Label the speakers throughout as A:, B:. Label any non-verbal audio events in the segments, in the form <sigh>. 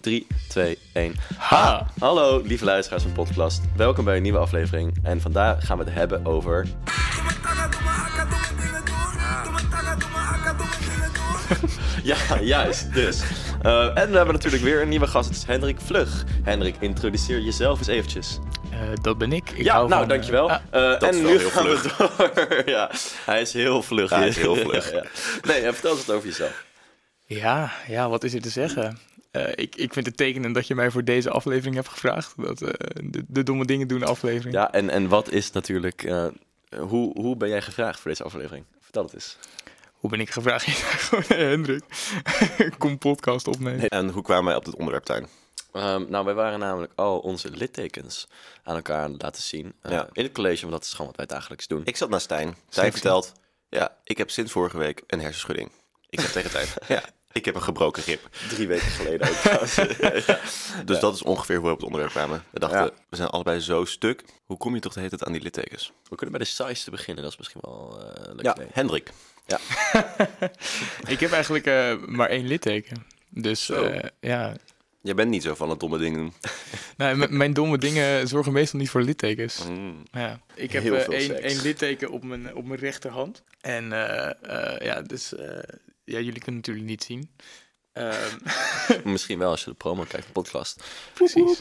A: 3, 2, 1.
B: Ha!
A: Hallo, lieve luisteraars van Podcast. Welkom bij een nieuwe aflevering. En vandaag gaan we het hebben over. <laughs> Ja, juist, dus. Eh, en we hebben natuurlijk weer een nieuwe gast. Het is Hendrik Vlug. Hendrik, introduceer jezelf eens eventjes.
B: Eh, dat ben ik. ik
A: Ja,
B: hou
A: nou,
B: van,
A: dankjewel.
B: eh, ah,
A: Eh,
C: is
A: en
C: wel
A: nu
C: heel
A: gaan we door. <laughs> ja, hij is heel vlug.
C: Hij is heel
A: <laughs>
C: vlug.
A: Ja, ja. Nee, eh, vertel eens wat over jezelf.
B: ja, ja, wat is er te zeggen? Eh, ik, ik vind het tekenend dat je mij voor deze aflevering hebt gevraagd. Dat, eh, de, de domme dingen doen aflevering.
A: Ja, en, en wat is natuurlijk... eh, hoe, hoe ben jij gevraagd voor deze aflevering? Vertel het eens.
B: Hoe ben ik gevraagd? <laughs> Ik dacht Gewoon, hey, Hendrik, <laughs> kom podcast opnemen.
C: En hoe kwamen wij op dit onderwerp, Tuin?
A: Ehm, nou, wij waren namelijk al onze littekens aan elkaar aan het laten zien. eh,
C: Ja.
A: In het college, want dat is gewoon wat wij dagelijks doen.
C: Ik zat naast Stijn. Stijn
B: Sexy.
C: vertelt, ja, ik heb sinds vorige week een hersenschudding. Ik zeg tegen Stijn, ja, ik heb een gebroken rib.
A: drie weken geleden ook. <laughs> trouwens. ja.
C: Dus dat is ongeveer hoe we op het onderwerp kwamen. We dachten,
A: Ja.
C: we zijn allebei zo stuk. Hoe kom je toch de hele tijd aan die littekens?
A: We kunnen bij de saaiste beginnen, dat is misschien wel eh, een leuk
C: Ja,
A: idee.
C: Hendrik.
B: Ik heb eigenlijk eh, maar één litteken. Dus
C: Zo.
B: eh, ja,
C: Jij bent niet zo van het domme ding doen.
B: nou, m- mijn domme dingen zorgen meestal niet voor littekens. Ja. Ik heb
A: Mm. Heel
B: eh,
A: veel
B: één
A: seks.
B: één litteken op mijn, op mijn rechterhand. En eh, eh, ja, dus eh, ja, jullie kunnen het natuurlijk niet zien. Ehm,
A: Misschien wel als je de promo kijkt van podcast.
B: precies.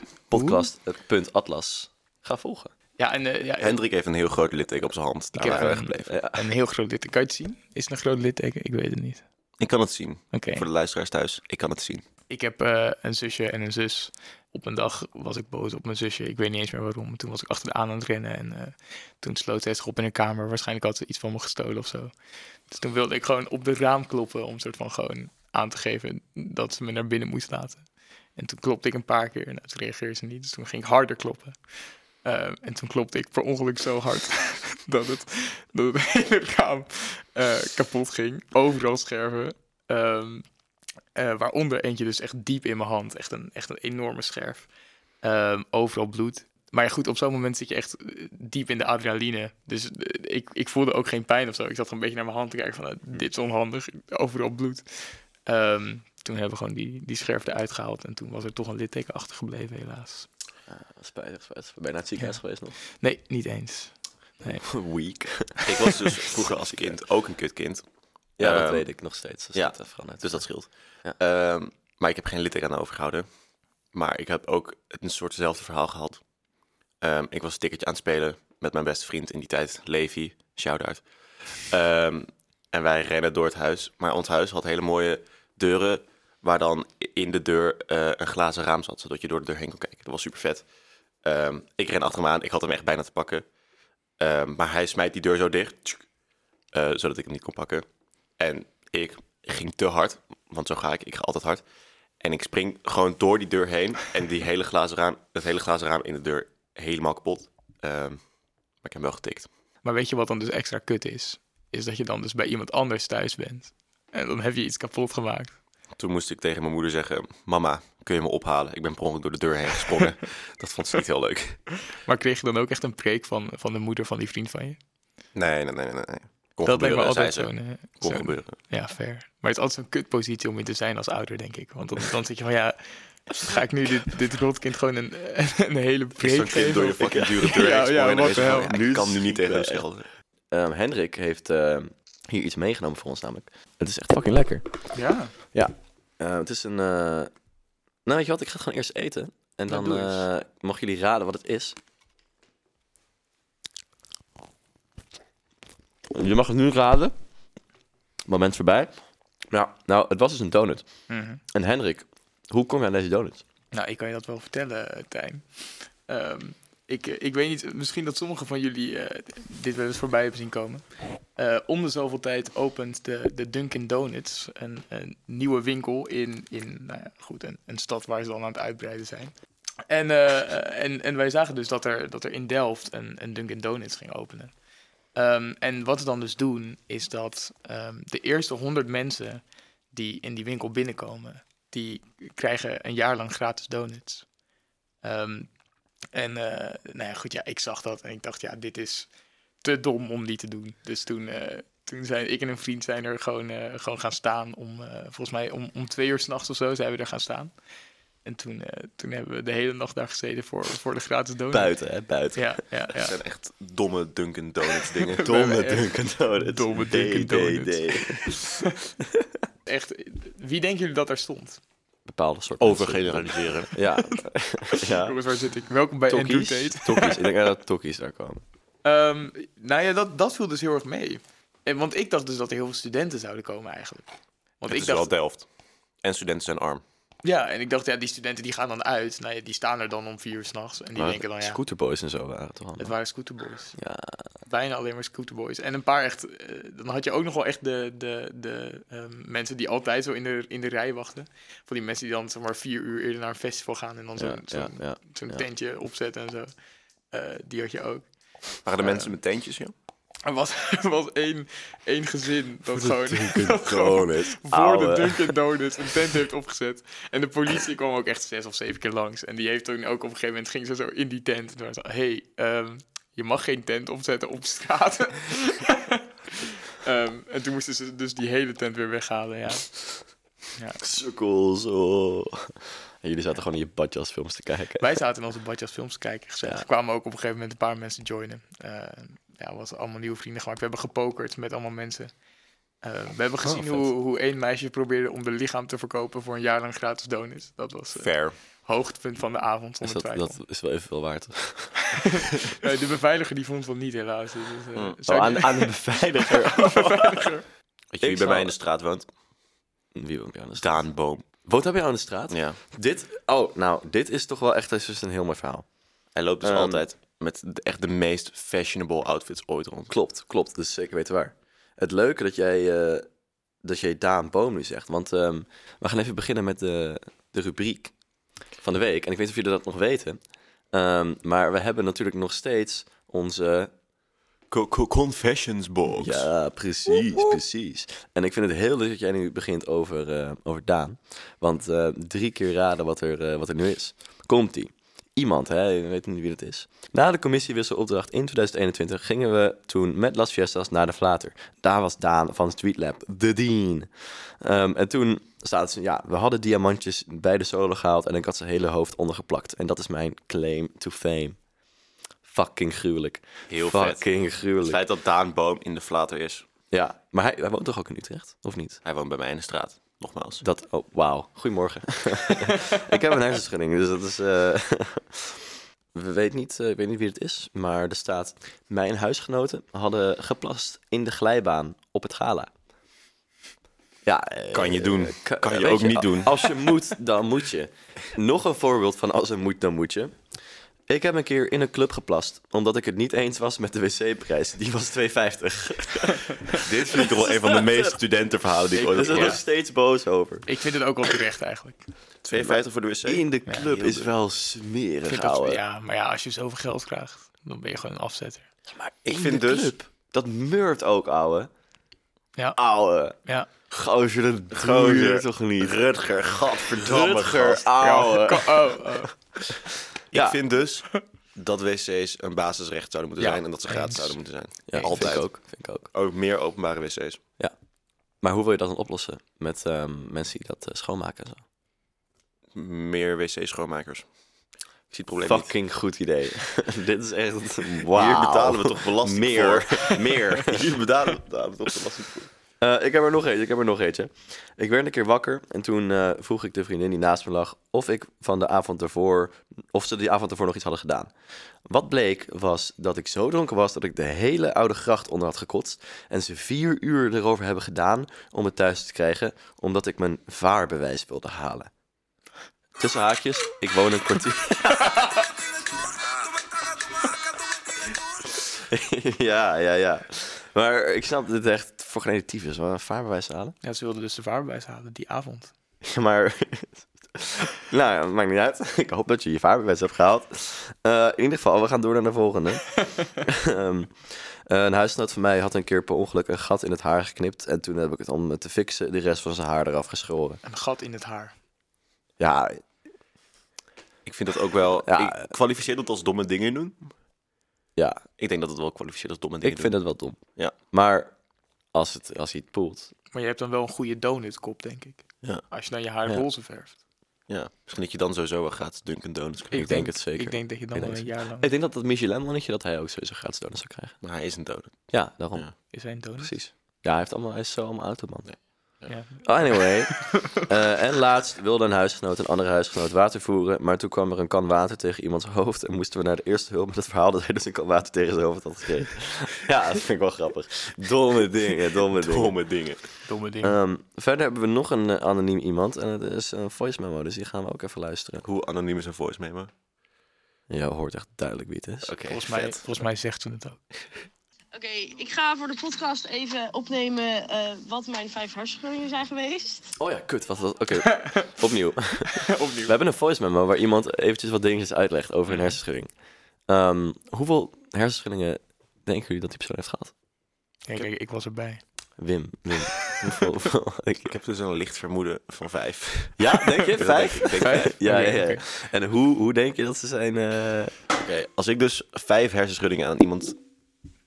A: Podcast.atlas. Ga volgen.
B: Ja, en eh, ja,
C: Hendrik heeft een heel groot litteken op zijn hand. Daar
B: heb
C: waren we
B: een-
C: gebleven.
A: Ja.
B: een heel groot litteken. Kan je het zien? Is het een groot litteken? Ik weet het niet.
C: Ik kan het zien.
B: Oké.
C: Voor de luisteraars thuis, ik kan het zien.
B: Ik heb eh, een zusje en een zus. Op een dag was ik boos op mijn zusje. Ik weet niet eens meer waarom. Toen was ik achter de aan aan het rennen. En eh, toen sloot zij zich op in haar kamer. Waarschijnlijk had ze iets van me gestolen of zo. Dus toen wilde ik gewoon op de raam kloppen. Om soort van gewoon aan te geven dat ze me naar binnen moest laten. En toen klopte ik een paar keer. Nou, toen reageerde ze niet. Dus toen ging ik harder kloppen. Eh, en toen klopte ik per ongeluk zo hard <laughs> dat het, dat het <laughs> hele raam eh, kapot ging. Overal scherven. Ehm, eh, waaronder eentje dus echt diep in mijn hand. Echt een, echt een enorme scherf. Ehm, overal bloed. Maar ja, goed, op zo'n moment zit je echt eh, diep in de adrenaline. Dus eh, ik, ik voelde ook geen pijn of zo. Ik zat gewoon een beetje naar mijn hand te kijken van... eh, dit is onhandig, overal bloed. Ehm, toen hebben we gewoon die, die scherf eruit gehaald. En toen was er toch een litteken achtergebleven, helaas.
A: Spijtig, spijtig. Ben je naar het ziekenhuis
B: Ja.
A: geweest nog?
B: Nee, niet eens. Nee.
C: <laughs>
A: Week.
C: Ik was dus vroeger als kind ook een kutkind.
A: Ja, dat
C: Ehm,
A: weet ik nog steeds. Dat
C: ja.
A: staat er vooral uit.
C: Dus dat scheelt.
A: Ja.
C: Ehm, maar ik heb geen litteken aan overgehouden. Maar ik heb ook een soortzelfde verhaal gehad. Ehm, ik was een tikkertje aan het spelen met mijn beste vriend in die tijd, Levi. Shout-out. Ehm, en wij rennen door het huis. Maar ons huis had hele mooie deuren... waar dan i- in de deur eh, een glazen raam zat... zodat je door de deur heen kon kijken. Dat was super vet. Ehm, ik ren achter hem aan. Ik had hem echt bijna te pakken. Ehm, maar hij smijt die deur zo dicht... tsk, eh, zodat ik hem niet kon pakken. En ik ging te hard, want zo ga ik, ik ga altijd hard. En ik spring gewoon door die deur heen en die hele glazen raam, het hele glazen raam in de deur helemaal kapot. Ehm, maar ik heb wel getikt.
B: Maar weet je wat dan dus extra kut is? Is dat je dan dus bij iemand anders thuis bent. En dan heb je iets kapot gemaakt.
C: Toen moest ik tegen mijn moeder zeggen, mama, kun je me ophalen? Ik ben per ongeluk door de deur heen
B: <laughs>
C: gesprongen. dat vond ze niet heel leuk.
B: Maar kreeg je dan ook echt een preek van, van de moeder van die vriend van je?
C: Nee, nee, nee, nee. nee. Kon
B: dat lijkt me
C: gebeuren, zei
B: altijd
C: ze.
B: zo'n... eh,
C: Kon
B: zo'n-
C: gebeuren.
B: ja, fair. Maar het is altijd zo'n kutpositie om in te zijn als ouder, denk ik. Want dan, dan zit je van, ja, ga ik nu dit, dit rotkind gewoon een, <laughs> een hele
C: Is zo'n
B: preek
C: kind
B: geven?
C: door je
B: Of-
C: fucking dure deur
B: Ja,
C: heen
B: ja,
C: gesprongen. en dan
B: what
C: is
B: the
C: ze van,
B: hell.
C: ja, ik kan nu niet tegen hem
A: Super erg.
C: schelden.
A: Ehm, Hendrik heeft ehm, hier iets meegenomen voor ons namelijk. Het is echt fucking lekker.
B: Ja,
A: Eh, het is een... eh, Nou, weet je wat? Ik ga het gewoon eerst eten. En
B: Nou,
A: dan
B: doe eens.
A: eh, mogen jullie raden wat het is. Je mag het nu raden. Moment voorbij. Nou, nou, het was dus een donut.
B: Mhm.
A: En Hendrik, hoe kom je aan deze donut?
B: Nou, ik kan je dat wel vertellen, eh, Tijn. Ehm, ik, eh, ik weet niet, misschien dat sommigen van jullie eh, dit wel eens voorbij hebben zien komen. Eh, om de zoveel tijd opent de, de Dunkin' Donuts, een, een nieuwe winkel in, in nou ja, goed, een, een stad waar ze dan aan het uitbreiden zijn. En, eh, eh, en, en wij zagen dus dat er, dat er in Delft een, een Dunkin' Donuts ging openen. Ehm, en wat ze dan dus doen, is dat ehm, de eerste 100 mensen die in die winkel binnenkomen, die krijgen een jaar lang gratis donuts. Ehm, en eh, nou ja, goed, ja, ik zag dat en ik dacht, ja, dit is te dom om niet te doen. Dus toen, eh, toen zijn ik en een vriend zijn er gewoon, eh, gewoon gaan staan om, eh, volgens mij om, om twee uur s'nachts of zo zijn we er gaan staan. En toen, eh, toen hebben we de hele nacht daar gezeten voor, voor de gratis donut.
A: Buiten, hè? Buiten.
B: Ja, ja,
C: Het
B: ja.
C: zijn echt domme Dunkin' Donuts
B: <laughs>
C: dingen.
B: We
A: Domme <laughs>
B: hebben echt
A: Dunkin' Donuts.
B: domme
A: D,
B: Dunkin'
A: D,
B: Donuts.
A: D.
B: Echt, wie denken jullie dat daar stond?
A: Bepaalde soort
C: Overgeneraliseren.
A: mensen. Ja. <laughs> ja.
B: Jongens, waar zit ik? Welkom bij Andrew Tate.
A: Oh. Tokkies. Tokkies. Ik denk echt dat tokkies daar komen.
B: Ehm, nou ja, dat, dat viel dus heel erg mee. En, want ik dacht dus dat er heel veel studenten zouden komen eigenlijk. Want
C: Het
B: ik
C: is
B: dacht,
C: wel Delft. En studenten zijn arm.
B: ja, en ik dacht, ja, die studenten die gaan dan uit. Nou ja, die staan er dan om vier uur s'nachts. En die
A: Maar
B: denken dan, ja,
A: Scooterboys en zo waren toch
B: het
A: allemaal.
B: waren scooterboys.
A: Ja.
B: Bijna alleen maar scooterboys. En een paar echt, eh, dan had je ook nog wel echt de, de, de ehm, mensen die altijd zo in de, in de rij wachten. Van die mensen die dan zeg maar vier uur eerder naar een festival gaan en dan zo'n
A: Ja,
B: zo'n-
A: ja, ja.
B: zo'n
A: ja.
B: tentje opzetten en zo. Eh, die had je ook.
C: Waren de
B: Eh,
C: mensen met teentjes, joh?
B: Er was, er was één, één gezin dat gewoon, dat gewoon
A: Donuts.
B: voor de
A: ouwe.
B: Dunkin' Donuts een tent heeft opgezet. En de politie kwam ook echt zes of zeven keer langs. En die heeft toen ook op een gegeven moment ging ze zo in die tent. En toen was ze, hey, ehm, je mag geen tent opzetten op straat. Ehm, en toen moesten ze dus die hele tent weer weghalen, ja.
A: Sukkels, oh. En jullie zaten gewoon in je badjasfilms te kijken.
B: Wij zaten in onze badjas films te kijken gezet.
A: Ja.
B: Er kwamen ook op een gegeven moment een paar mensen joinen. Eh, ja, we hadden allemaal nieuwe vrienden gemaakt. We hebben gepokerd met allemaal mensen. Eh, we hebben gezien
A: vet.
B: hoe, hoe één meisje probeerde om de lichaam te verkopen voor een jaar lang gratis donuts. Dat was eh,
C: Fair.
B: hoogtepunt van de avond
A: Dus
B: zonder
A: dat,
B: twijfel.
A: dat is wel evenveel waard.
B: Eh, de beveiliger die vond van niet helaas. Dus, eh,
C: Hmm.
A: Oh,
B: zou
A: aan,
B: je-
A: aan <laughs> de beveiliger.
B: beveiliger.
C: Weet je wie bij
A: zou-
C: mij in de straat woont?
A: Wie woont bij jou aan de straat?
C: Daan Boom.
A: Woont hij bij jou aan de straat?
C: Ja.
A: Dit, oh, nou, dit is toch wel echt dit is dus een heel mooi verhaal.
C: Hij loopt dus
A: Ehm,
C: altijd met de- echt de meest fashionable outfits ooit rond.
A: Klopt, klopt. Dus zeker weten waar. Het leuke dat jij, eh, dat jij Daan Boom nu zegt. Want ehm, we gaan even beginnen met de, de rubriek van de week. En ik weet niet of jullie dat nog weten. Ehm, maar we hebben natuurlijk nog steeds onze...
C: Co- co- Confessions box.
A: Ja, precies, precies. En ik vind het heel leuk dat jij nu begint over, eh, over Daan. Want eh, drie keer raden wat er, eh, wat er nu is. Komt-ie. Iemand, hè, je weet niet wie dat is. Na de commissiewisselopdracht in 2021 gingen we toen met Las Fiestas naar de Vlater. Daar was Daan van Streetlab, de Dean. Ehm, en toen staat ze, ja, we hadden diamantjes bij de solo gehaald en ik had zijn hele hoofd ondergeplakt. En dat is mijn claim to fame. Fucking gruwelijk.
C: Heel vet.
A: Fucking
C: Het
A: gruwelijk.
C: feit dat Daan Boom in de flater is.
A: Ja, maar hij, hij woont toch ook in Utrecht, of niet?
C: Hij woont bij mij in de straat. Nogmaals.
A: Dat, oh, wauw. Goedemorgen. <laughs> ik heb een hersenschudding, dus dat is... eh, <laughs> We weten niet, eh, ik weet niet wie het is, maar er staat... Mijn huisgenoten hadden geplast in de glijbaan op het gala. Ja, eh,
C: Kan je doen.
A: ka-
C: Kan je
A: weet
C: ook niet
A: a-
C: doen.
A: Als je moet, dan moet je. Nog een voorbeeld van als er moet, dan moet je. Ik heb een keer in een club geplast, omdat ik het niet eens was met de wc-prijs. Die was 2,50.
C: Dit vind ik toch wel een van
A: <laughs>
C: de meest studentenverhalen die ik
A: Ik
C: ooit
A: ben er
C: heb
A: Dus nog
C: gehoord.
A: steeds boos over.
B: Ik vind het ook wel terecht eigenlijk. Ik
C: 2,50 voor de wc.
A: In de club is wel smerig,
B: vind dat-
A: ouwe.
B: ja, maar ja, als je zoveel geld krijgt, dan ben je gewoon een afzetter.
A: Maar
C: Ik
A: in
C: vind
A: de
C: dus-
A: club, dat murft ook, ouwe.
B: Ja.
A: Ouwe.
B: Ja.
A: Gozer, dat doe
C: Gozer.
A: je toch niet?
C: Rutger, gadverdamme
A: Rutger,
C: gast.
B: Ja,
A: ouwe.
B: ko- oh, oh.
A: Ja.
C: Ik vind dus <laughs> dat wc's een basisrecht zouden moeten
B: Ja,
C: zijn en dat ze gratis
B: eens.
C: zouden moeten zijn.
A: Ja,
C: Altijd.
A: Vind ik ook, vind ik ook.
C: Ook meer openbare wc's.
A: Maar hoe wil je dat dan oplossen met ehm, mensen die dat eh, schoonmaken en zo?
C: Meer wc-schoonmakers. Ik zie het probleem niet.
A: Fucking goed idee. <laughs> Dit is echt, wauw.
C: Hier betalen we toch
A: <laughs>
C: belasting
A: Meer.
C: voor. Meer. <laughs> Hier betalen, betalen we toch belasting voor.
A: Eh, ik heb er nog eentje, ik heb er nog eentje. Ik werd een keer wakker en toen eh, vroeg ik de vriendin die naast me lag of ik van de avond ervoor, of ze die avond ervoor nog iets hadden gedaan. Wat bleek was dat ik zo dronken was dat ik de hele oude gracht onder had gekotst en ze vier uur erover hebben gedaan om het thuis te krijgen, omdat ik mijn vaarbewijs wilde halen. Tussen haakjes, ik woon een kwartier. <laughs> ja, ja, ja. Maar ik snap dit echt voor geen ene tyfus, maar een vaarbewijs halen. <laughs>
B: Ja, ze wilden dus de vaarbewijs halen die avond.
A: Ja, maar. <laughs> nou, ja, maakt niet uit. <laughs> Ik hoop dat je je vaarbewijs hebt gehaald. Eh, in ieder geval, we gaan door naar de volgende.
C: <laughs>
A: <laughs> Ehm, eh, een huisgenoot van mij had een keer per ongeluk een gat in het haar geknipt. En toen heb ik het om het te fixen de rest van zijn haar eraf geschoren.
B: Een gat in het haar.
A: Ja,
C: Ik vind dat ook wel...
A: Ja.
C: Ik kwalificeer dat als domme dingen doen.
A: ja
C: Ik denk dat het wel kwalificeert als domme dingen
A: ik vind dat wel dom.
C: Ja.
A: Maar als, het, als hij het poelt.
B: Maar je hebt dan wel een goede donutkop, denk ik.
C: Ja.
B: Als je dan je haar
A: Ja.
B: roze verft.
C: Ja, misschien dat je dan sowieso wel gratis Dunkin' Donuts krijgt.
A: Ik denk het zeker.
B: Ik denk dat je dan
A: Ik
B: wel
A: denk
B: een jaar lang...
A: Ik denk dat dat Michelin-mannetje, dat hij ook sowieso gratis donuts zou krijgen.
C: Maar hij is een donut.
A: Ja, daarom.
C: Ja.
B: Is hij een donut?
A: Precies. Ja, hij, heeft allemaal, hij is zo allemaal auto, man.
B: Ja.
A: Oh, Anyway. <laughs> Eh, en laatst wilde een huisgenoot een andere huisgenoot water voeren. Maar toen kwam er een kan water tegen iemands hoofd. En moesten we naar de eerste hulp met het verhaal dat hij dus een kan water tegen zijn hoofd had gekregen. <laughs> ja, dat vind ik wel grappig. Domme dingen, domme dingen.
C: Domme dingen.
B: Domme ding.
A: Ehm, verder hebben we nog een eh, anoniem iemand. En dat is een voice memo, dus die gaan we ook even luisteren.
C: Hoe anoniem is een voice memo? Oké,
A: Ja, hoort echt duidelijk wie het is.
B: volgens, mij,
C: vet.
B: volgens mij zegt ze het ook.
D: Oké, ik ga voor de podcast even opnemen eh, wat mijn vijf hartscheuringen zijn geweest.
A: Oh ja, kut. Wat was Oké, opnieuw.
B: Opnieuw.
A: We hebben een voice memo waar iemand eventjes wat dingetjes uitlegt over een hersenschudding. Ehm, hoeveel hersenschuddingen denken jullie dat die persoon heeft gehad?
B: Kijk, kijk, ik was erbij.
A: Wim, Wim. hoeveel, hoeveel- <laughs>
C: Ik heb dus een licht vermoeden van vijf.
A: Ja,
C: <laughs>
A: denk je?
C: Dat
A: Vijf?
C: denk ik- ik denk vijf.
A: <laughs> Ja,
B: Oké,
A: ja, ja.
B: oké.
A: En hoe, hoe denk je dat ze zijn... eh,
C: Oké, Als ik dus vijf hersenschuddingen aan iemand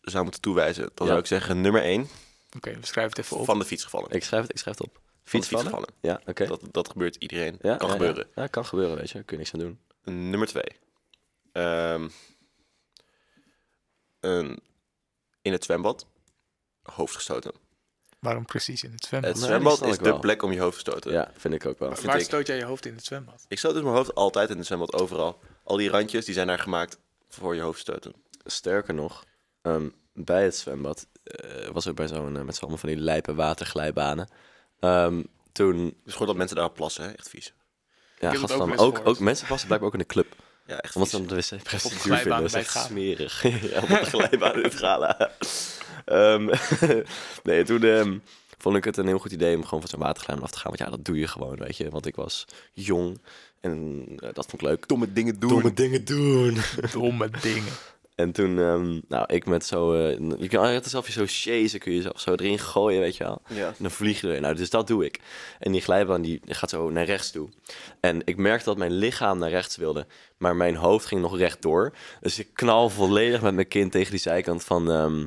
C: zou moeten toewijzen,
A: Ja.
C: dan zou ik zeggen nummer één,
B: Oké, we schrijven het even op.
C: van de fiets gevallen.
A: Ik schrijf het, ik schrijf het op.
C: Van de
A: Fiets vallen?
C: gevallen.
A: Ja, oké.
C: Dat, dat gebeurt iedereen.
A: Ja,
C: kan
A: ja, ja.
C: gebeuren.
A: Ja, kan gebeuren, weet je. Daar kun je niks aan doen.
C: Nummer twee. Ehm, een, in het zwembad. Hoofd gestoten.
B: Waarom precies in het zwembad?
C: Het
A: Nee,
C: zwembad
A: die snap
C: is
A: ik
C: de
A: wel.
C: plek om je hoofd te stoten.
A: Ja, vind ik ook wel.
C: vind
B: Waar
C: ik-
B: stoot jij je hoofd in het zwembad?
A: <laughs>
C: Ik stoot dus mijn hoofd altijd in het zwembad, overal. Al die randjes, die zijn daar gemaakt voor je hoofd te stoten.
A: Sterker nog, ehm, bij het zwembad eh, was ook bij zo'n... eh, met z'n allemaal van die lijpe waterglijbanen. Ehm, toen...
C: Dus gewoon dat mensen daar plassen, hè? echt vies.
A: Ja,
B: heb het
A: gadverdamme,
B: ook wel eens
A: ook, ook,
B: gehoord.
A: mensen passen blijkbaar ook in de
B: <laughs>
A: club.
C: Ja, echt
A: Omdat
C: vies.
A: ze dan de wc
B: Op
A: precies
B: de
A: duur
B: glijbaan
A: vinden. Dat is
B: bij
A: echt
B: het gala.
A: smerig. <laughs> ja, op de glijbaan in het gala. <laughs> Ehm, <laughs> nee, toen ehm, vond ik het een heel goed idee om gewoon van zo'n waterglijbaan af te gaan. Want ja, dat doe je gewoon, weet je. Want ik was jong en eh, dat vond ik leuk.
C: Domme dingen doen.
A: Domme dingen doen.
B: Domme dingen.
A: En toen, ehm, nou, ik met zo... eh, je kan altijd zelf je zo chasen, kun je zelf zo erin gooien, weet je wel.
C: Ja.
A: En dan vlieg je erin uit. Dus dat doe ik. En die glijbaan die gaat zo naar rechts toe. En ik merkte dat mijn lichaam naar rechts wilde. Maar mijn hoofd ging nog rechtdoor. Dus ik knal volledig met mijn kin tegen die zijkant van, ehm,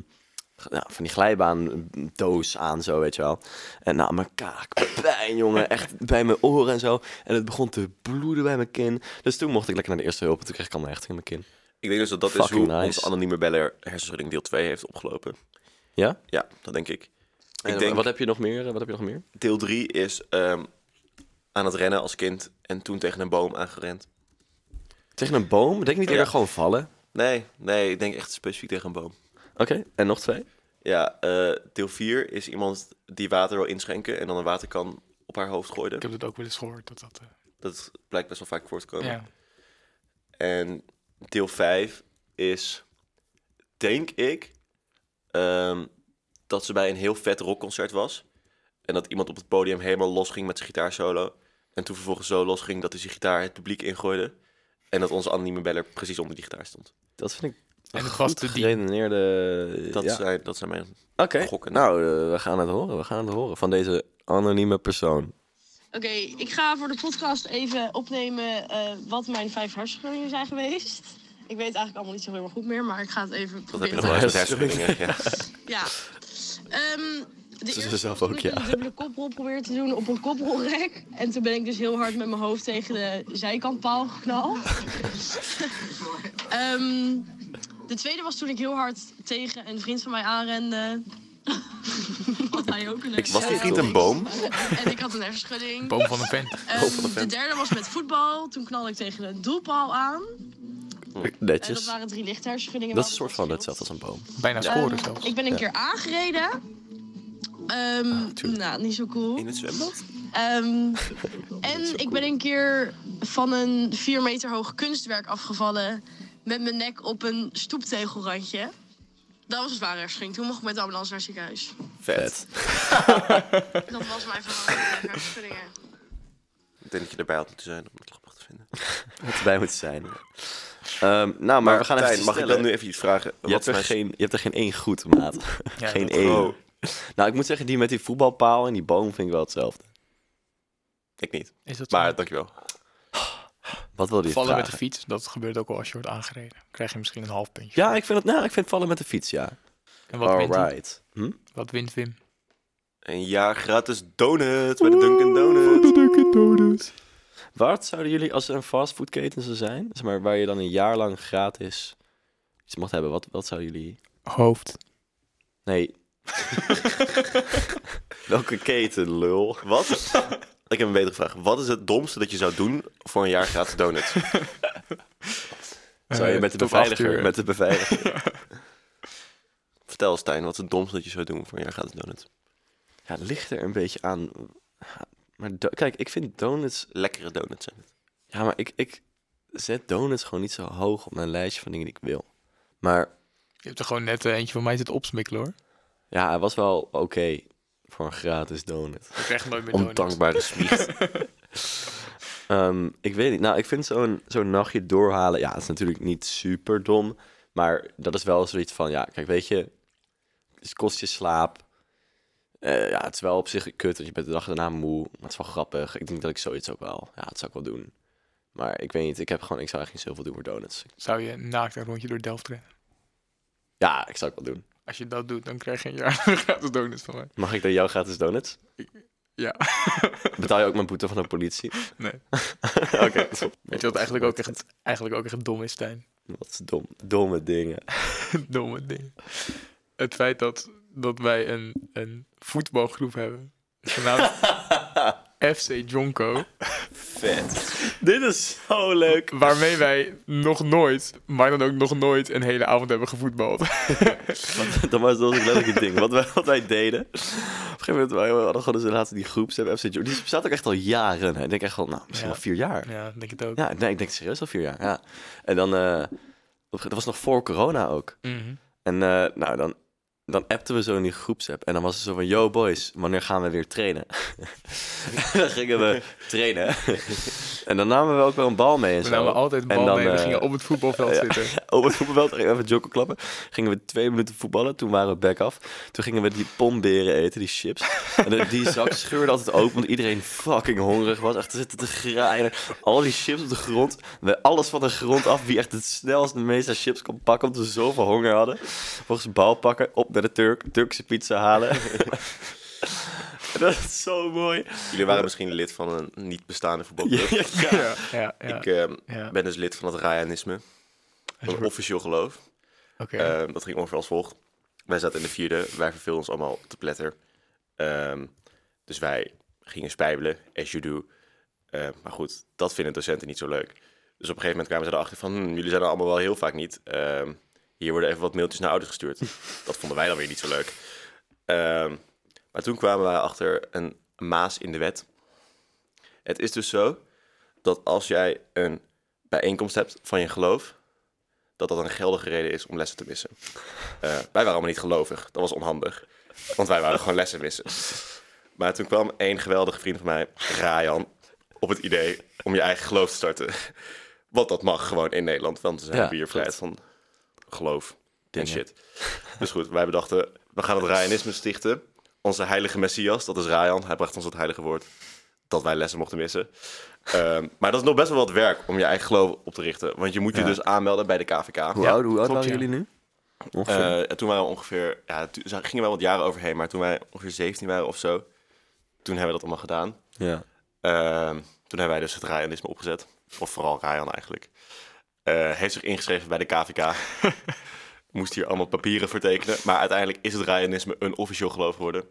A: g- ja, van die glijbaandoos aan. Zo, weet je wel. En nou, mijn kaak. Pijn, jongen. Echt bij mijn oren en zo. En het begon te bloeden bij mijn kin. Dus toen mocht ik lekker naar de eerste hulp. En toen kreeg ik allemaal echt in mijn kin.
C: Ik denk dus dat dat
A: Fucking
C: is hoe
A: nice.
C: onze anonieme beller hersenschudding deel 2 heeft opgelopen.
A: Ja?
C: Ja, dat denk ik.
A: En
C: Ik denk,
A: Wat heb je nog meer? eh, Wat heb je nog meer?
C: deel 3 is ehm, aan het rennen als kind en toen tegen een boom aangerend.
A: Tegen een boom? Denk je niet
C: Ja.
A: eerder gewoon vallen?
C: Nee, nee, ik denk echt specifiek tegen een boom.
A: Oké, en nog twee?
C: Ja, eh, deel 4 is iemand die water wil inschenken en dan een waterkan op haar hoofd gooide.
B: Ik heb het ook wel eens gehoord. Dat dat, eh,
C: Dat blijkt best wel vaak voor te
A: Oh.
C: komen.
B: ja.
C: En deel 5 is, denk ik, ehm, dat ze bij een heel vet rockconcert was. En dat iemand op het podium helemaal losging met zijn gitaarsolo. En toen vervolgens zo losging dat hij zijn gitaar het publiek ingooide. En dat onze anonieme beller precies onder die gitaar stond.
A: Dat vind ik
B: En
A: een
B: het was
A: goed
B: te diep.
A: geredeneerde... eh,
C: Dat,
A: ja.
C: zijn, dat zijn mijn...
A: Oké,
C: gokken.
A: nou, eh, we gaan het horen. We gaan het horen van deze anonieme persoon.
D: Oké, ik ga voor de podcast even opnemen eh, wat mijn vijf hartscheuringen zijn geweest. Ik weet eigenlijk allemaal niet zo helemaal goed meer, maar ik ga het even
C: Dat heb je
D: <laughs> proberen.
C: nog wel eens met
A: Ja,
C: hersenschuddingen.
A: <laughs>
C: Ja.
D: Ja. Ehm de
A: Ze
D: eerste
A: zelf
D: was
A: ook,
D: toen ik
A: ja.
D: een dubbele koprol probeerde te doen op een koprolrek. En toen ben ik dus heel hard met mijn hoofd tegen de zijkantpaal geknald. Ehm, de tweede was toen ik heel hard tegen een vriend van mij aanrende. <laughs> Wat hij ook een
C: Was die
D: hersenschudding
C: vriend een
D: had.
C: boom?
D: En ik had een hersenschudding.
B: Boom van een vent.
D: Ehm, de derde was met voetbal. Toen knalde ik tegen een doelpaal aan. En dat
A: Netjes.
D: waren drie lichte hersenschuddingen.
A: Dat is een
D: wel,
A: soort van
D: scheelt.
A: hetzelfde als een <laughs> boom.
B: Bijna scoren
D: Ehm,
B: zelfs.
D: Ik ben een keer aangereden. Ehm, nou, niet zo cool.
C: In het zwembad?
D: Ehm, en ik ben een keer van een 4 meter hoog kunstwerk afgevallen. Met mijn nek op een stoeptegelrandje. Dat was een zware hersenschudding. Toen mocht ik met de ambulance naar het ziekenhuis.
C: Vet.
D: Dat was mijn verhaal over hersenschuddingen.
C: Ik denk dat je erbij had moeten zijn om het grappig te vinden.
A: Het erbij moet zijn. Ehm, nou, maar, we gaan
C: Tijn,
A: even
C: mag ik dan nu even iets vragen?
A: Je hebt,
C: is
A: er
C: mijn-
A: geen, je hebt er geen één goed, maat.
B: Ja,
A: geen
B: dat-
A: één.
C: Oh.
A: Nou, ik moet zeggen, die met die voetbalpaal en die boom vind ik wel hetzelfde.
C: Ik niet.
B: Is dat zo?
C: Maar dankjewel.
A: Wat wilde je
B: Vallen met de
A: vragen?
B: fiets, dat gebeurt ook al als je wordt aangereden. Krijg je misschien een half puntje.
A: Ja, ik vind, het, nou, ik vind vallen met de fiets, ja.
B: En wat wint, die?
A: Alright. Hm?
B: wat wint Wim?
C: Een jaar gratis donut bij de Dunkin' Donuts.
A: Wat zouden jullie, als er een fastfoodketen zou zijn, zeg maar, waar je dan een jaar lang gratis iets mocht hebben, wat, wat zouden jullie...
B: Hoofd.
A: Nee. Welke keten, lul?
C: Wat?
B: <laughs>
C: Ik heb een betere vraag. Wat is het domste dat je zou doen voor een jaar gratis donuts?
A: Zou je
B: Eh,
A: met de
B: tot acht
A: beveiliger...
B: uur.
A: Met de beveiliger.
B: <laughs>
C: Vertel Stijn, wat is het domste dat je zou doen voor een jaar gratis donuts?
A: Ja, het ligt er een beetje aan. Maar do- kijk, ik vind donuts...
C: Lekkere donuts zijn het.
A: Ja, maar ik, ik zet donuts gewoon niet zo hoog op mijn lijstje van dingen die ik wil. Maar
B: Je hebt er gewoon net eh, eentje van mij zitten opsmikkelen hoor.
A: ja, hij was wel oké voor een gratis donut.
B: Ik krijg nooit meer donuts.
C: Ondankbare smiecht.
A: Ehm, ik weet niet. Nou, ik vind zo'n zo'n nachtje doorhalen. Ja, dat is natuurlijk niet super dom. Maar dat is wel zoiets van. Ja, kijk, weet je. Het kost je slaap. Eh, ja, het is wel op zich kut. Want je bent de dag daarna moe. Maar het is wel grappig. Ik denk dat ik zoiets ook wel. Ja, dat zou ik wel doen. Maar ik weet niet. Ik heb gewoon. Ik zou eigenlijk niet zoveel doen voor donuts.
B: Zou je naakt een rondje door Delft rennen?
A: Ja, ik zou het wel doen.
B: Als je dat doet, dan krijg je een jaar <laughs> gratis donuts van mij.
A: Mag ik dan jouw gratis donuts?
B: Ja.
A: Betaal je ook mijn boete van de politie?
B: Nee.
A: Oké, top.
B: Weet je wat eigenlijk ook echt, eigenlijk ook echt dom is, Stijn?
A: Wat is dom, domme dingen.
B: <laughs> Domme ding. Het feit dat, dat wij een, een voetbalgroep hebben. <laughs> Genaamd FC Jonko.
A: Vet. Dit is zo leuk.
B: Waarmee wij nog nooit, maar dan ook nog nooit, een hele avond hebben gevoetbald.
A: Dat was, dat was ook letterlijk het ding. Wat wij, wat wij deden. Op een gegeven moment wij hadden gewoon dus inderdaad die groep. ze hebben FC Jong- Die bestaat ook echt al jaren. hè. Ik denk echt al, nou, misschien
B: Ja.
A: wel vier jaar.
B: <laughs> Ja, denk het ook.
A: Ja, nee, ik denk serieus al vier jaar. Ja. En dan, eh, op een gege- dat was nog voor corona ook.
B: Mhm.
A: En eh, nou, dan, dan appten we zo in die groepsapp. En dan was het zo van, yo boys, wanneer gaan we weer trainen? <laughs> en dan gingen we
B: <laughs>
A: trainen. en dan namen we ook wel een bal mee en
B: We
A: zo.
B: namen altijd
A: en
B: bal
A: dan,
B: mee. We
A: eh,
B: gingen op het <laughs> voetbalveld
A: ja.
B: zitten.
A: op het voetbalveld, gingen Oh, we even jokken klappen. Gingen we twee minuten voetballen, toen waren we back af. Toen gingen we die pomberen eten, die chips. En de- die <laughs> zak scheurde altijd open, want iedereen fucking hongerig was. Echt zitten te graaien. Al die chips op de grond. We alles van de grond af. Wie echt het snelst de meeste chips kon pakken, omdat we zoveel honger hadden. Volgens bal pakken, op naar de Turk, Turkse pizza <laughs> halen. Dat is zo mooi.
C: Jullie waren misschien lid van een niet
A: <laughs>
C: bestaande voetbalclub.
B: Ja, ja, ja.
C: Ik ehm,
B: Ja.
C: ben dus lid van het Rayanisme. Een officieel geloof.
B: Oké.
C: Ehm, dat ging ongeveer als volgt. Wij zaten in de vierde. Wij verveelden ons allemaal te pletter. Ehm, dus wij gingen spijbelen, as you do. Ehm, maar goed, dat vinden docenten niet zo leuk. Dus op een gegeven moment kwamen ze erachter van... "Hmm, jullie zijn er allemaal wel heel vaak niet. Ehm, hier worden even wat mailtjes naar ouders gestuurd. dat vonden wij dan weer niet zo leuk. Ehm, maar toen kwamen wij achter een maas in de wet. Het is dus zo dat als jij een bijeenkomst hebt van je geloof... dat dat een geldige reden is om lessen te missen. Eh, wij waren allemaal niet gelovig. Dat was onhandig. Want wij waren gewoon lessen missen. Maar toen kwam één geweldige vriend van mij, Rayan, op het idee om je eigen geloof te starten. Want dat mag gewoon in Nederland, want ze hebben hier vrijheid van geloof en shit. Dus goed, wij bedachten, we gaan het Rayanisme stichten. Onze heilige Messias, dat is Rayan, hij bracht ons het heilige woord. Dat wij lessen mochten missen. Ehm, maar dat is nog best wel wat werk om je eigen geloof op te richten. Want je moet je
A: Ja.
C: dus aanmelden bij de KVK.
A: Hoe
B: Ja,
A: oud, hoe oud
B: klopt,
A: waren
B: ja.
A: jullie nu? Ongeveer.
C: Eh, en toen waren we ongeveer, ja, toen gingen we wel wat jaren overheen, maar toen wij ongeveer 17 waren of zo, toen hebben we dat allemaal gedaan.
A: ja.
C: Ehm, toen hebben wij dus het Ryanisme opgezet, of vooral Ryan eigenlijk. Eh, heeft zich ingeschreven bij de KVK, <laughs> moest hier allemaal papieren vertekenen, maar uiteindelijk is het Ryanisme een officieel geloof geworden.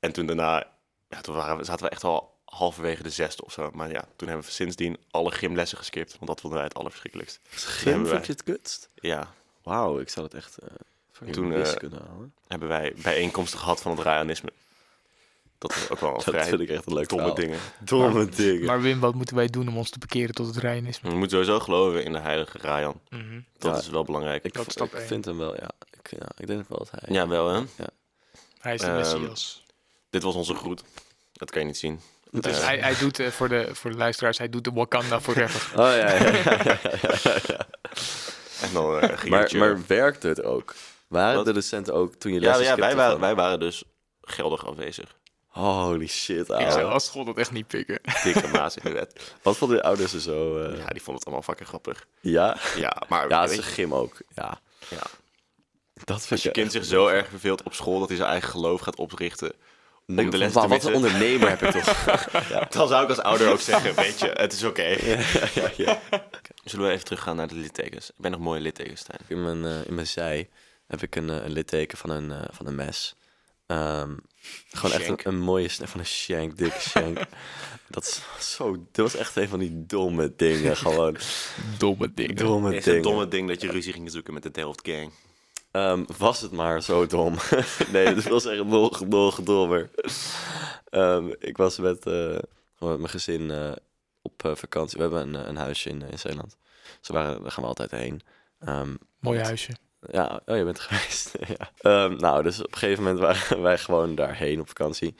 C: En toen daarna, ja, toen waren we, zaten we echt al halverwege de zesde of zo, maar ja, toen hebben we sindsdien alle gymlessen geskipt, want dat vonden wij het allerverschrikkelijkst.
A: Gym
C: hebben
A: vond
C: wij-
A: je het kutst?
C: Ja,
A: Wauw, ik zou dat echt eh, fucking
C: Toen,
A: mis
C: eh,
A: kunnen halen.
C: hebben wij bijeenkomsten gehad van het Ryanisme. Dat
A: <laughs>
C: is ook wel een
A: Dat
C: vrij
A: vind ik echt een leuk
C: domme
A: verhaal.
C: dingen.
A: Domme dingen.
B: Maar Wim, wat moeten wij doen om ons te bekeren tot het Rijnisme?
C: Je moet sowieso geloven in de heilige Ryan.
B: Mhm.
C: Dat
A: Ja.
C: is wel belangrijk.
A: ik
B: dat
A: v-
B: stap
A: ik
B: één.
A: vind hem wel, ja. Ik, ja, ik denk wel dat hij...
C: Ja, wel hè.
B: Hij is de
C: Ehm,
B: Messias.
C: Dit was onze groet. Dat kan je niet zien.
A: dat
B: Dus
A: is-
B: hij, hij doet, eh, voor, de, voor de luisteraars, hij doet de Wakanda
C: <laughs>
B: Forever.
A: Oh ja, ja, ja, ja, <laughs> ja, ja.
C: En dan <laughs> eh, ging het
A: Maar,
C: je-
A: maar werkte het ook? Waren
C: Wat?
A: de docenten ook toen je
C: ja,
A: lessen
C: ja wij,
A: skipte
C: waren,
A: van-
C: wij waren dus geldig afwezig.
A: Holy shit,
B: Ik zou
A: ouwe.
B: als school dat echt niet pikken.
C: Dikke maas in de wet.
A: Wat vonden je ouders er zo... eh,
C: <laughs> Ja, die vonden het allemaal fucking grappig.
A: ja?
C: Ja, maar
A: Ja, het
C: weet
A: is een
C: je,
A: gym ook. Ja.
C: Ja.
A: Dat vind
C: als je
A: ik
C: kind
A: echt-
C: zich zo erg verveelt op school dat hij zijn eigen geloof gaat oprichten Om de les
A: Wauw,
C: te
A: wat een
C: missen.
A: ondernemer heb ik
C: <laughs>
A: toch.
C: Dan zou ik als ouder ook <laughs> zeggen, weet je, het is oké.
A: ja, ja.
C: Zullen we even teruggaan naar de littekens? Ik ben nog mooie littekens, Stijn.
A: In, mijn, eh, in mijn zij heb ik een, eh, een litteken van een, eh, van een mes. Ehm, gewoon echt
C: Shank.
A: een, een mooie snij van een shank, dikke
C: <laughs>
A: shank. dat, is zo, dat was echt een van die domme
C: <laughs>
A: dingen. Gewoon
B: Domme ding.
A: domme
C: Het is
A: dingen.
C: een domme ding dat je ruzie ging zoeken met de Delft Gang.
A: Ehm, was het maar zo dom. <laughs> nee, dat was echt nog, nog dommer. Ehm, ik was met, eh, gewoon met mijn gezin eh, op eh, vakantie. We hebben een, eh, een huisje in, eh, in Zeeland. Ze waren, daar gaan we altijd heen. Ehm,
B: Mooi huisje.
A: ja, oh, je bent er geweest. <laughs> ja. Ehm, nou, dus op een gegeven moment waren <laughs> wij gewoon daarheen op vakantie.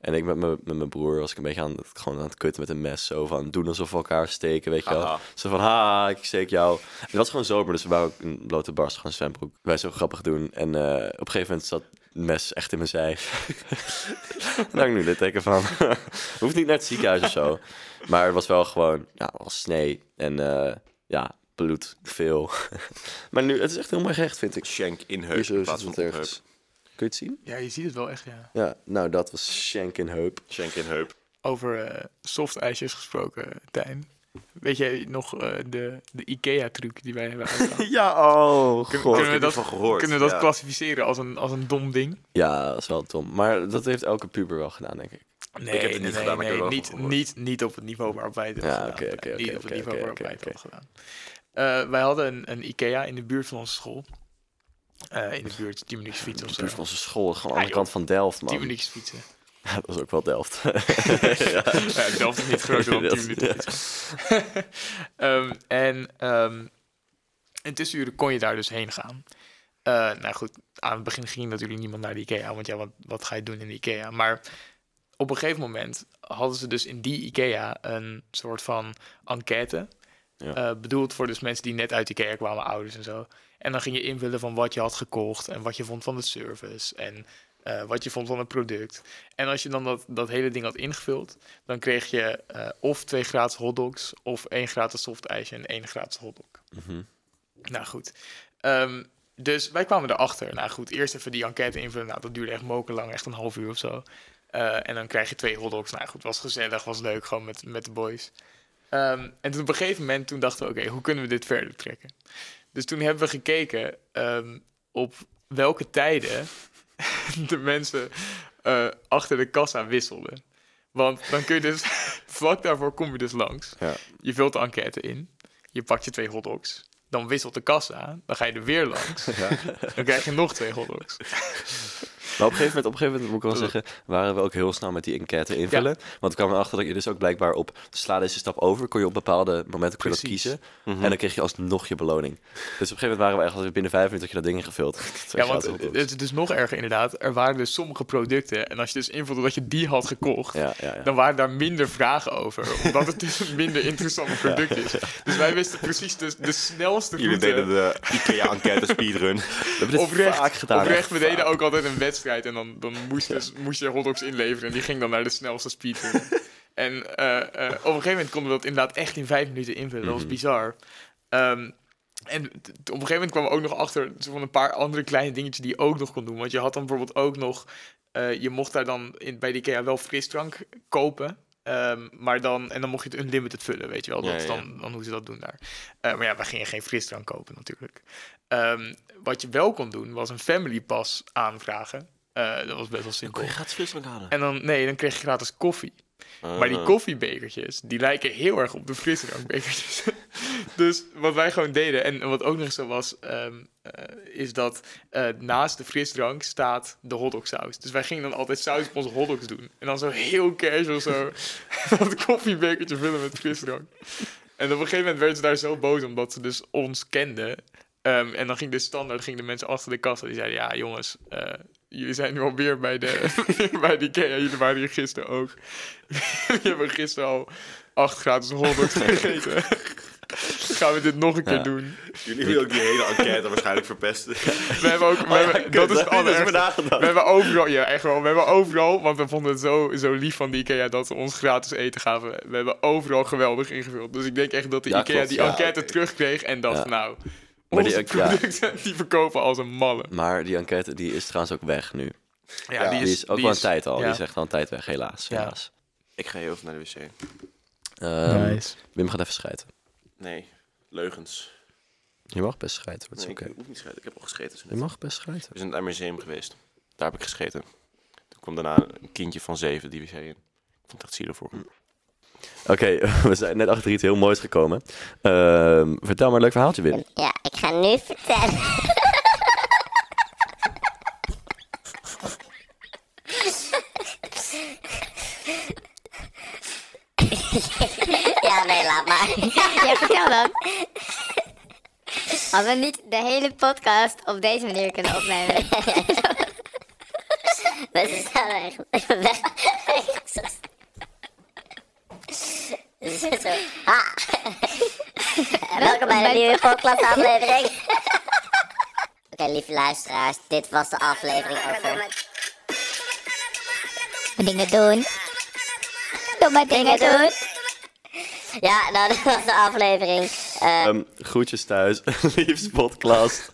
A: En ik met mijn- met mijn broer was ik een beetje aan het, gewoon aan het kutten met een mes. Zo van, doen alsof we elkaar steken, weet je wel.
C: Haha.
A: Zo van, ha, ik steek jou. En het was gewoon zomer, dus we waren ook een blote barst, gewoon zwembroek. Wij zo grappig doen. En eh, op een gegeven moment zat het mes echt in mijn zij. <laughs> Daar heb ik nu dit teken van. <laughs> Hoeft niet naar het ziekenhuis of zo. Maar het was wel gewoon, ja, wel snee. En eh, ja, bloed, veel. <laughs> maar nu, het is echt heel mooi gerecht, vind ik.
C: Shank in heup
A: Hier zo
C: in
A: zit
C: plaats van
A: het
C: op heup.
A: ergens. Kun je het zien?
B: Ja, je ziet het wel echt, ja.
A: Ja, nou, dat was Shank in Heup.
C: Shank in heup.
B: Over eh soft ijsjes gesproken, Tijn. Weet jij nog eh, de, de IKEA-truc die wij
C: <laughs>
B: hebben
A: <laughs>
B: uitgehaald?
A: Ja, oh,
B: Kunnen
C: ik
B: we
C: heb
B: dat,
C: ervan gehoord,
B: kunnen we dat
C: ja.
B: klassificeren als een, als een dom ding?
A: Ja, dat is wel dom. Maar dat heeft elke puber wel gedaan, denk ik.
B: Nee,
C: heb het niet
B: nee,
C: gedaan, maar
B: nee,
C: ik heb er wel
B: niet,
C: van gehoord.
B: niet, niet op het niveau waarop wij het
A: Ja,
B: hebben
A: oké,
B: gedaan.
A: oké,
B: Nee,
A: oké,
B: niet op
A: oké,
B: het niveau
A: oké,
B: waarop wij het
A: oké,
B: hebben gedaan. Eh, wij hadden een, een IKEA in de buurt van onze school. Eh, in de buurt, 10 minuutjes fietsen of
A: De
B: zo.
A: buurt van onze school, gewoon aan de
B: Ja,
A: andere kant van Delft,
B: 10
A: man.
B: minuutjes fietsen.
A: Ja, <laughs> dat was ook wel Delft. <laughs>
B: <laughs> ja, <laughs> ik dacht het niet groter dan 10
A: Dat-
B: minuten. <laughs> Ehm, en ehm in tussenuren kon je daar dus heen gaan. Eh, nou goed, aan het begin ging natuurlijk niemand naar de IKEA, want ja, wat, wat ga je doen in de IKEA? Maar op een gegeven moment hadden ze dus in die IKEA een soort van enquête.
A: Ja.
B: eh, bedoeld voor dus mensen die net uit IKEA kwamen, ouders en zo. En dan ging je invullen van wat je had gekocht en wat je vond van de service en eh, wat je vond van het product. En als je dan dat, dat hele ding had ingevuld, dan kreeg je eh, of twee gratis hotdogs of één gratis soft ijsje en één gratis hotdog.
A: Mhm.
B: Nou goed. Ehm, dus wij kwamen erachter. Nou goed, eerst even die enquête invullen. Nou, dat duurde echt mokerlang, echt een half uur of zo. Eh, en dan krijg je twee hotdogs. Nou goed, was gezellig, was leuk, gewoon met, met de boys. Ehm, en toen op een gegeven moment toen dachten we, oké, hoe kunnen we dit verder trekken? Dus toen hebben we gekeken ehm, op welke tijden <laughs> de mensen eh, achter de kassa wisselden. Want dan kun je dus, <laughs> vlak daarvoor kom je dus langs.
A: Ja.
B: Je vult de enquête in, je pakt je twee hotdogs. Dan wisselt de kassa, dan ga je er weer langs. <laughs> Dan krijg je nog twee hotdogs.
A: Maar op een, gegeven moment, op een gegeven moment moet ik wel zeggen, waren we ook heel snel met die enquête invullen. Want ik kwam erachter dat je dus ook blijkbaar op sla deze stap over, kon je op bepaalde momenten kon je dat
B: Precies. Mhm.
A: kiezen. En dan kreeg je alsnog je beloning. Dus op een gegeven moment waren we echt als binnen vijf minuten had je dat ding ingevuld. <laughs>
B: Ja, want het is dus nog erger inderdaad. Er waren dus sommige producten. En als je dus invulde dat je die had gekocht,
A: Ja, ja, ja.
B: dan waren daar minder vragen over. Omdat het dus een minder interessant product is. Dus wij wisten precies de, de snelste
C: Jullie
B: route.
C: deden <laughs> de IKEA-enquête speedrun.
A: we hebben dit
B: Oprecht,
A: vaak gedaan.
B: oprecht,
A: echt
B: we deden ook altijd een wedstrijd en dan, dan moest, dus, moest je hotdogs inleveren en die ging dan naar de snelste speed.
A: <laughs>
B: en eh, eh, op een gegeven moment konden we dat inderdaad echt in vijf minuten invullen, dat was
A: Mhm.
B: bizar. Ehm, en t- t- op een gegeven moment kwamen we ook nog achter zo van een paar andere kleine dingetjes die je ook nog kon doen. Want je had dan bijvoorbeeld ook nog, eh, je mocht daar dan in, bij de IKEA wel frisdrank kopen. ehm, maar dan, en dan mocht je het unlimited vullen, weet je wel. Dat
C: Ja,
B: is
C: ja, ja.
B: Dan, dan hoe ze dat doen daar. Eh, maar ja, we gingen geen frisdrank kopen natuurlijk. Ehm, wat je wel kon doen, was een family pass aanvragen. Eh, dat was best wel simpel.
C: gaat frisdrank halen.
B: En dan, nee, dan kreeg je gratis koffie. Maar die koffiebekertjes, die lijken heel erg op de frisdrankbekertjes. <laughs> dus wat wij gewoon deden, en wat ook nog zo was, ehm, eh, is dat eh, naast de frisdrank staat de hotdogsaus. Dus wij gingen dan altijd saus op onze hotdogs doen. En dan zo heel casual zo <laughs> dat koffiebekertje vullen met frisdrank. En op een gegeven moment werden ze daar zo boos omdat ze dus ons kenden. Ehm, en dan ging de standaard, gingen de mensen achter de kassa, die zeiden, ja jongens, eh, jullie zijn nu alweer bij de <laughs> bij die IKEA, jullie waren hier gisteren ook. <laughs> jullie hebben gisteren al 8 gratis hotdogs gegeten. Gaan we dit nog een keer
A: Ja.
B: doen?
C: Jullie hebben ook die hele enquête waarschijnlijk verpesten. <laughs>
B: We hebben ook, we
A: Oh
B: hebben- dat is het allerergste. We hebben overal, ja, echt wel. We hebben overal, want we vonden het zo, zo lief van de IKEA dat ze ons gratis eten gaven. We hebben overal geweldig ingevuld. Dus ik denk echt dat de
A: Ja,
B: IKEA
A: klopt.
B: die
A: Ja,
B: enquête
C: oké.
B: terugkreeg en dacht,
A: Ja.
B: nou,
A: Maar die
B: onze <laughs>
A: ook- ja.
B: producten die verkopen als een malle.
A: Maar die enquête die is trouwens ook weg nu.
B: Ja,
A: Die is ook wel
B: die
A: een
B: is-
A: tijd al. Die
B: ja.
A: is echt al een tijd weg, helaas.
B: Ja.
A: helaas.
C: Ik ga heel even naar de wc.
A: Ehm,
B: Nice.
A: Wim gaat even schijten.
C: Nee, leugens.
A: Je mag best schijten, dat is
C: Nee,
A: oké.
C: Ik hoef niet scheten. Ik heb al gescheten. zo
A: Je
C: net.
A: mag best schijten.
C: We zijn naar het museum geweest. Daar heb ik gescheten. Toen kwam daarna een kindje van zeven die wc in. Ik vond het echt zielig voor hem.
A: Oké, <laughs> we zijn net achter iets heel moois gekomen. Ehm, vertel maar een leuk verhaaltje, Wim.
E: Ja, ik ga nu vertellen. ja, nee, laat maar.
F: <laughs> Ja, vertel
E: <laughs>
F: dan. Hadden we niet de hele podcast op deze manier kunnen opnemen?
E: <laughs> We staan er echt <laughs> weg. Zo, zo.
F: <laughs>
E: Ah. Welkom bij de nieuwe podcast aflevering. <laughs> Oké, lieve luisteraars, dit was de aflevering over
F: Dingen doen. Doe maar dingen doen.
E: Ja, nou, dat was de aflevering. Eh,
A: Ehm, groetjes thuis, <laughs> liefst podcast.